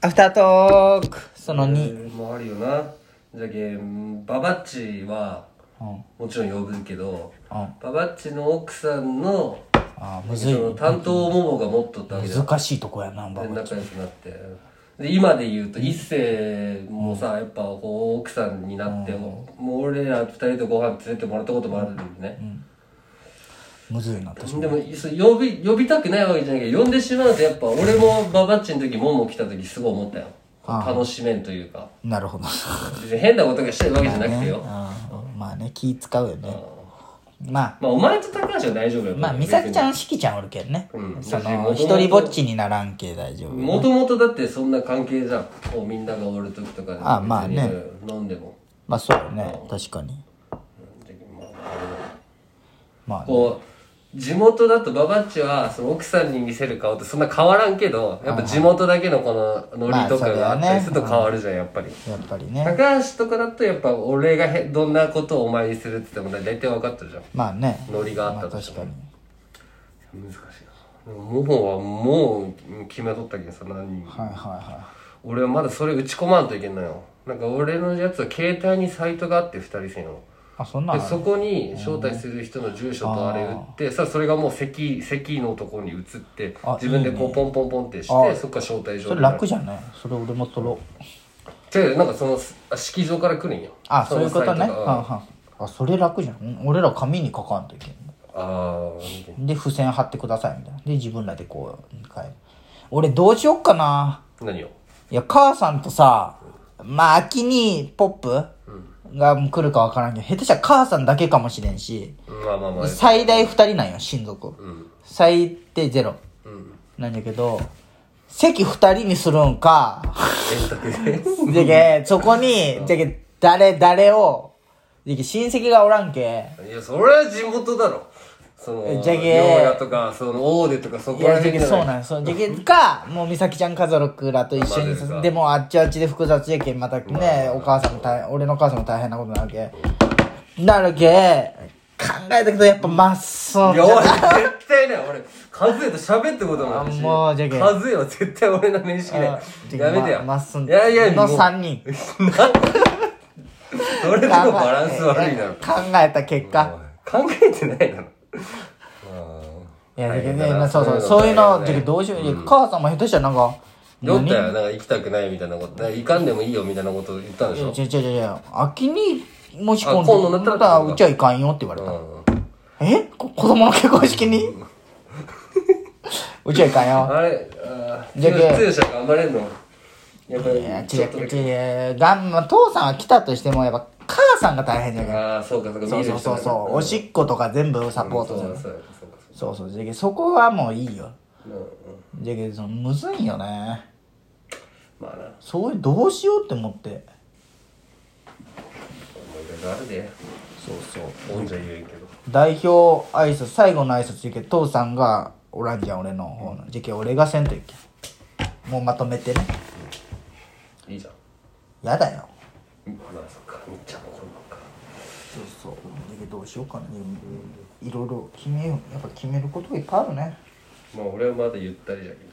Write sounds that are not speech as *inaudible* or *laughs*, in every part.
アフタートークそのえ2。ーもうあるよなじゃけんババッチはうん。もちろん呼ぶけどあ、ババッチの奥さんのあ、むそずい。の担当モモが持っとったわけだ難しいとこやな、バでバ仲良くなってで今で言うと一世もさやっぱこう奥さんになって、もう俺ら二人とご飯連れてもらったこともあるんだよね、むずいな、確かに。でもそう呼び呼びたくないわけじゃないけど呼んでしまうとやっぱ俺もババッチの時モモ来た時すごい思ったよあ楽しめんというかなるほど。別に変なことがしたいわけじゃなくてねよ、うんまあね、気使うよね。ままあお前と高橋は大丈夫よあ、まあ、美咲ちゃんん、しきちゃんおるけんね。うんそだしの、元一々人ぼっちにならんけ大丈夫。もともとだってそんな関係じゃんこうみんながおる時とかであまあね別に飲んでもまあ、そうよね。確かに。まあね、こう地元だとババッチはその奥さんに見せる顔ってそんな変わらんけどやっぱ地元だけのこのノリとかがあったりすると変わるじゃんやっぱりやっぱりね。高橋とかだとやっぱ俺がへどんなことをお前にするって言っても大体分かったじゃんまあね。ノリがあまっあ、たとし確てかもに。難しいなでもモホはもう決めとったけどさ何人はいはいは俺はまだそれ打ち込まんといけんのよなんか俺のやつは携帯にサイトがあって2人線のい。あ、そんなんであそるこに招待する人の住所とあれ打ってさあそれがもう席席のところに移ってあ自分でこうポンポンポンってしてあそっから招待状それ楽じゃないそれ俺も取ろう。違うなんかそのあ式場から来るんよあ、そういうことね。そのサイトはがんはんあ、それ楽じゃん。うん俺ら紙に書かんといけんの。あーで、付箋貼ってくださいみたいな。で、自分らでこう、書いて俺どうしよっかな。何をいや、母さんとさ、まあ、秋にポップが来るかわからんけど、下手したら母さんだけかもしれんし、まあまあまあ最大二人なんよ、親族。うん最低ゼロ。うんなんだけど、席二人にするん *laughs* か、円卓でじゃけ、そこに、じゃけ、誰、誰を、じゃけ、親戚がおらんけ、いやそれは地元だろそのじゃけ両家とかその大手とかそいこらや、じゃ辺け、じゃそういなんです。そうじゃけ、 *laughs* か、もう、美咲ちゃん家族らと一緒まあまあに、でも、あっちあっちで複雑やけん、またね、お母さんも大変、俺の母さんも大変なことになるけ。なるけ、考えたけど、やっぱ、まっそう。いや俺絶対ね俺カズエと喋ったこともあるしあもうじゃけカズエは絶対俺の面識ないあやめてよ、ままっすんいやいやのもう3人。 *laughs* 俺とのバランス悪いな考えた結果。考えてないだろいや、だけどね、大変だまなあそうそう、そそうういいううのの、ねだけどどうしよう、いや母さんも下手したらなんか、酔っ何たよなんか行きたくないみたいなこと行かんでもいいよみたいなこと言ったんでしょいや違う違う違う秋にもし今あ今度度なったらうちはいかんよって言われうた、んえこ子供の結婚式に *laughs* うちはいかんよあれあじゃけ通社頑張れんのやっぱいや違りうちょっとだけ違うがん、まあ、父さんは来たとしてもやっぱ母さんが大変じゃんああそうかそうかそうそうそうそうおしっことか全部サポートじゃん、そうそうそうかそうそうじゃけそこはもういいようんうんじゃけそのむずいよねまあなそういうどうしようって思って思い出があるでそうそうもんじゃ言えんけど代表挨拶最後の挨拶行け父さんがおらんじゃん俺の方の時期俺がせんといけんもうまとめてねいいじゃんやだよまあそっかみっちゃんもこんなんかそうそう時期どうしようかな、いろいろ決めようやっぱ決めることがいっぱいあるねまあ俺はまだゆったりじゃけ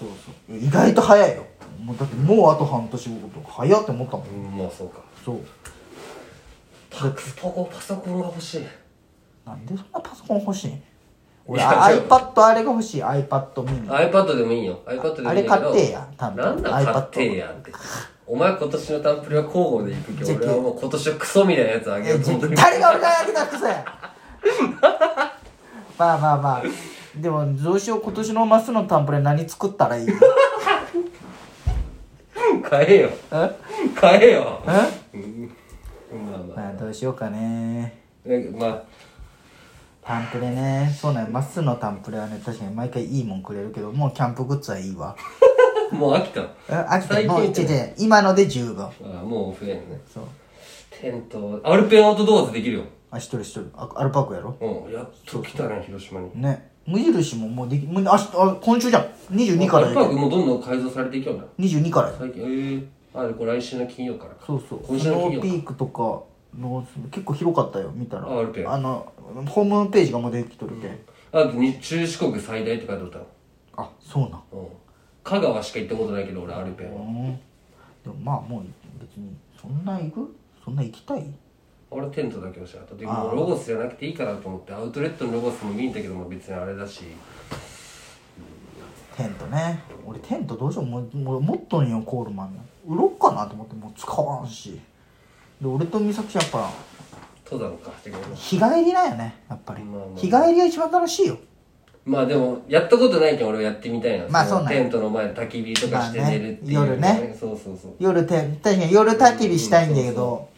そうそう意外と早いよもうだってもうあと半年後とか早って思ったもんどうんまあそうかそうパクスポコパソコンが欲しいなんでそんなパソコン欲しい俺いや違う iPad あれが欲しい iPad ミニ iPad でもいいよ iPad でもいいんだけあれ買どってえや担当なんだ買ってえやんってお前今年のタンプリは交互で行くけじゃどあ俺はもう今年はクソみたいなやつあいげやようじとゃ思ってる誰が俺がやってたってさ *laughs* やまあまあまあでもどうしよう今年のマスのタンプレ何作ったらいい買えよえ買えよえうんまあままあどうしようかねあなんかまあ *laughs* タンプレねそうなんよマスのタンプレはね確かに毎回いいもんくれるけどもうキャンプグッズはいいわもう飽きたあえ飽きて最近もう違うってね違う今ので十分もう増えんねそうテントアルペンアウトドアでできるよあ一人一人あアルパークやろうんやっと来たね広島にね無印ももうできもうあしあ今週じゃん22からアルでパークもどんどん改造されていくような22からや最近えー、あでこれ来週の金曜からかそうそう今週スのノ金ー曜ピかークとかの結構広かったよ見たらああるけんのホームページがもうできとるけん、あと日中四国最大って書いておったのあそうなんうん香川しか行ったことないけど俺アルペンはでもまあもう別にそんな行くそんな行きたい俺テントだけをしなかったでもロゴスじゃなくていいかなと思ってアウトレットのロゴスも見に行ったけども別にあれだしテントね俺テントどうしようもうもう持っとんよコールマンの売ろっかなと思ってもう使わんしで俺と美咲ちゃんやっぱ登山かしてくれま日帰りなんよねやっぱり、まあまあ日帰りが一番楽しいよまあでもやったことないけど俺はやってみたいな、まあのそうなんやテントの前で焚き火とかして寝るっていう、まあね夜ねそうそうそう夜て確かに夜焚き火したいんだけど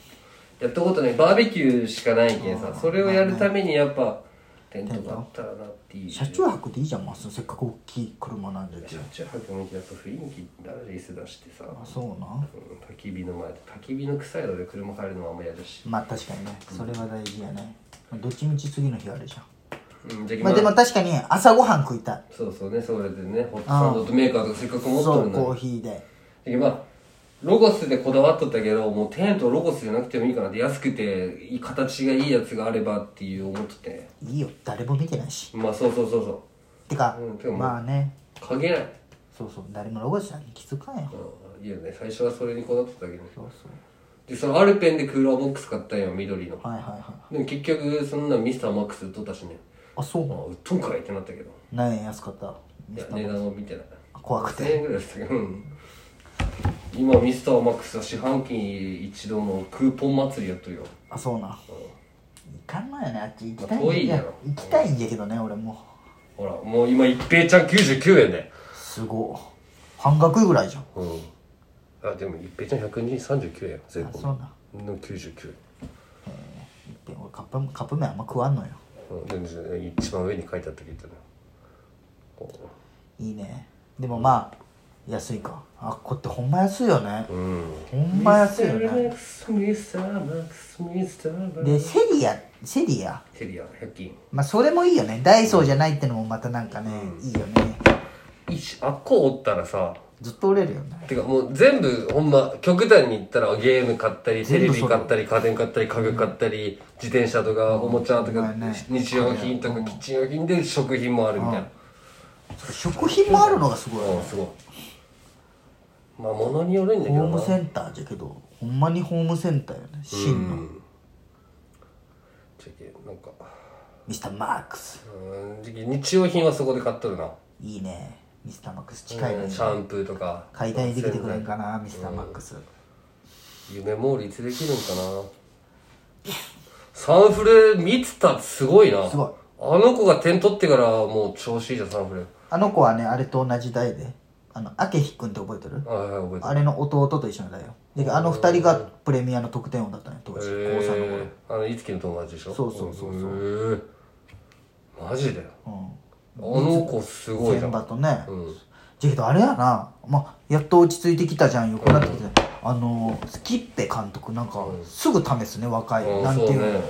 やったことないバーベキューしかないけんさそれをやるためにやっぱテントがあったらなっていう車中泊でいいじゃんまっすぐせっかく大きい車なんだけ車ど中泊もやっぱ雰囲気だレース出してさ、あそうなんうん焚き火の前で焚き火の臭いので車帰るのはあんま嫌だし、まあ確かにねそれは大事やね、まあどっちみち次の日あるじゃんうん、じゃあまあでも確かに朝ごはん食いたいそうそうねそれでねホットサンドとメーカーとかせっかく持っそとるうコーのヒーでにまあロゴスでこだわっとったけどもうテントロゴスじゃなくてもいいかなって安くていい形がいいやつがあればっていう思っとっていいよ誰も見てないしまあそうそうそうそてか、うんでもまあねう関係ない、そうそう誰もロゴスさんに気づかんようん、いいよね最初はそれにこだわっとったけどそうそうでそのアルペンでクーラーボックス買ったんよ緑のはいはいはいでも結局そんなミスターマックス売っとったしねあそうあなの売っとんかいってなったけど何円安かったいや値段を見てない怖く1000て円ぐらいしたけど、うん今ミスターマックスは四半期一度のクーポン祭りやっとるよあそうなん行かんのよねあっち行きたいまあ遠いんだややろ行きたいんだけどね俺もほらもう今一平ちゃん99円で、すごい半額ぐらいじゃんうん、あでも一平ちゃん139円税あそうなんのい99っぺん俺カップカップ麺あんま食わんのよ円、うん、で一番上に書いてあったけどねいいねでもまあ安いかあっこってほんま安いよねうんほんま安いよねミスターマックスミスターマックスミスターマックでスセリアセリアセリア100均まあそれもいいよねダイソーじゃないってのもまたなんかね、いいよねいしあっこおったらさずっと折れるよねてかもう全部ほんま極端に言ったらゲーム買ったりテレビ買ったり家電買ったり家具買ったり自転車とかおもちゃとまかあね日用品とかキッチン用品で食品もあるみたいな食品もあるのがすごいようんねすごいまあ物によるんだけホーどムなセンターじゃけどほんまにホームセンターよねう真のんじゃけなんかミスターマークスうんじゃけ日用品はそこで買っとるないいねミスターマックス近いのうんにシャンプーとか解体できてくれんかなミスターマックス夢もう立できるんかなサンフレ見てたってすごいなすごいあの子が点取ってからもう調子いいじゃんサンフレあの子はねあれと同じ代であの明く君って覚えてるああ覚えてあれの弟と一緒の代よであの二人がプレミアの得点王だったね当時る高三の頃へえあのいつきの友達でしょそうそうそうそうへえマジであうの子すごいんじゃ全ん場とねうんじゃけどあれやなまあやっと落ち着いてきたじゃんよくなってきたあのスキッペ監督なんかうんすぐ試すね若いあなあんそてういねうの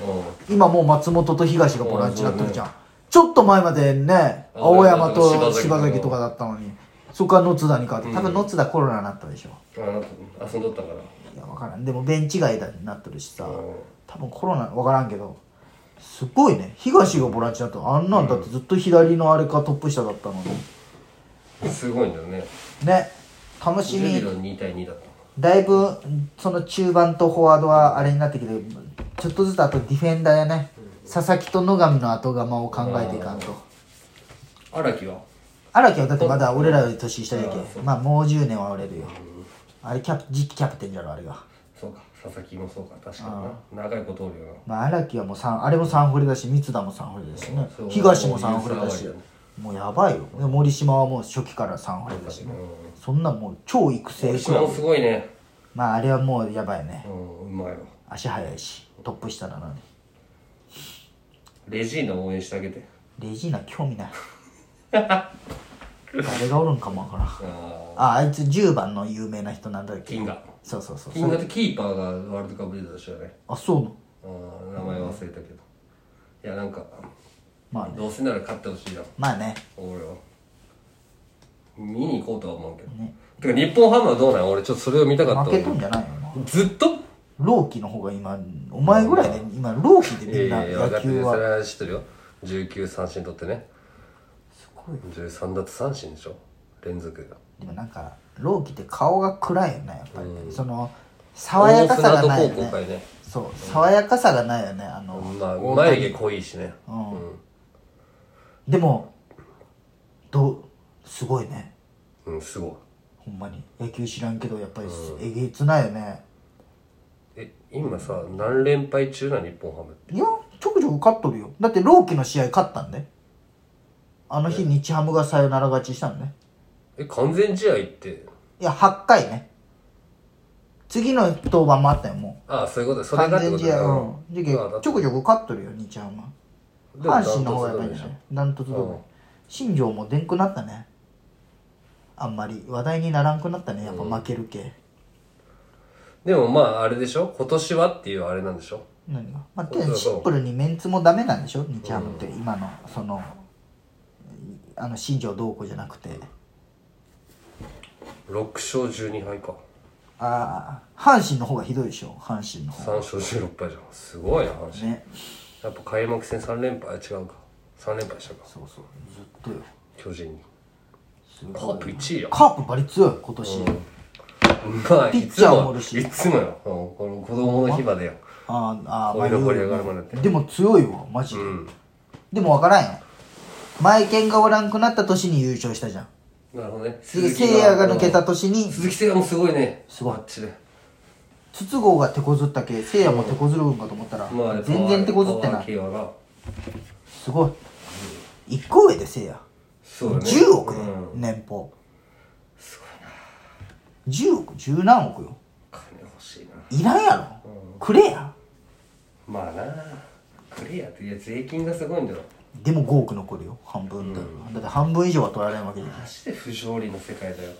今もう松本と東がボランチになってるじゃん、ちょっと前までね青青山山とと柴柴崎崎とかだったのにそこは野津田に変わってうん多分野津田コロナになったでしょ、うんああ遊んどったからいや分からんでもベンチ外だになってるしさうん多分コロナ分からんけどすごいね東がボランチだったあんなんだってずっと左のあれかトップ下だったのにすごいんだよねね楽しジュビみロ2対2だっただいぶその中盤とフォワードはあれになってきてちょっとずつあとディフェンダーやね佐々木と野上の後釜を考えていかんと。荒木は荒木はだってまだ俺らより年下やあけそんまあもう10年は折れるよあれキャプ次期キャプテンじゃろあれがそうか佐々木もそうか確かにな長いことおるよなまあ荒木はもう三あれも三振りだし三田も三振りだしねそう東も三振りだそうしやねもうやばいよで森島はもう初期から三振りだしねそんなもう超育成森島もすごいねまああれはもうやばいねうんうまいわ足速いしトップ下なのにレジーナ応援してあげてレジーナ興味 *laughs* ない誰がおるんかもわからんあああいつ10番の有名な人なんだっーけ金がそうそうそう金がってキーパーがワールドカップ出たでしょねあそうなのあー名前忘れたけどいやなんかまあねどうせなら勝ってほしいなまあね俺は見に行こうとは思うけどねてか日本ハムはどうなん俺ちょっとそれを見たかった負けとんじゃないよなずっとローキの方が今お前ぐらいで今ローキでみえんなえ分か野って球るそれはは知ってるよ19三振取ってねすごいよ13奪三振でしょ連続がでもなんか朗希って顔が暗いよねやっぱりね、その爽やかさがないよ大船渡高校かねいねそう爽やかさがないよねあの、まあ眉毛濃いしねうんうんでもどうすごいねうんすごいほんまに野球知らんけどやっぱりすえげつないよねえ今さ何連敗中な日本ハムいやちょくちょく勝っとるよだって朗希の試合勝ったんであの日日ハムがサヨナラ勝ちしたんねえ完全試合っていや8回ね次の登板もあったよもうああそういうことそれ完がって全こと試だ合ようんじゃけちょくちょく勝っとるよ日ハムは阪神の方がやっぱりねダントツどこうんろ新庄もでんくなったねあんまり話題にならんくなったねやっぱ負ける系、でもまああれでしょ今年はっていうあれなんでしょ何がまあ、そうそうそうシンプルにメンツもダメなんでしょ日ハムって、今のそのあの新庄どうこうじゃなくて6勝12敗かああ阪神の方がひどいでしょ阪神の方3勝16敗じゃんすごいな阪神、ねやっぱ開幕戦3連敗あ違うか3連敗したかそうそうずっとよ巨人にすごいカープ1位やカープバリ強い今年、まあピいッつチャーももおるしいつもよ、うんこの子供の日までよあーあーこいのまあ盛り上がるまでってでも強いわマジで、うんでも分からんよ前健がおらんくなった年に優勝したじゃんなるほどね次木聖也が抜けた年に鈴木誠也もすごいねすごいマッチで筒香が手こずったけ聖也も手こずるんかと思ったら、まあ全然手こずってなパワーい系はなすごい一個上で聖也そうだね10億よ、うん年俸すごいな10億十何億よ金欲しいないらんやろ、くれやまあなクリアっていや税金がすごいんだろでも5億残るよ半分だよ、だって半分以上は取られんわけじゃんマジで不条理の世界だよ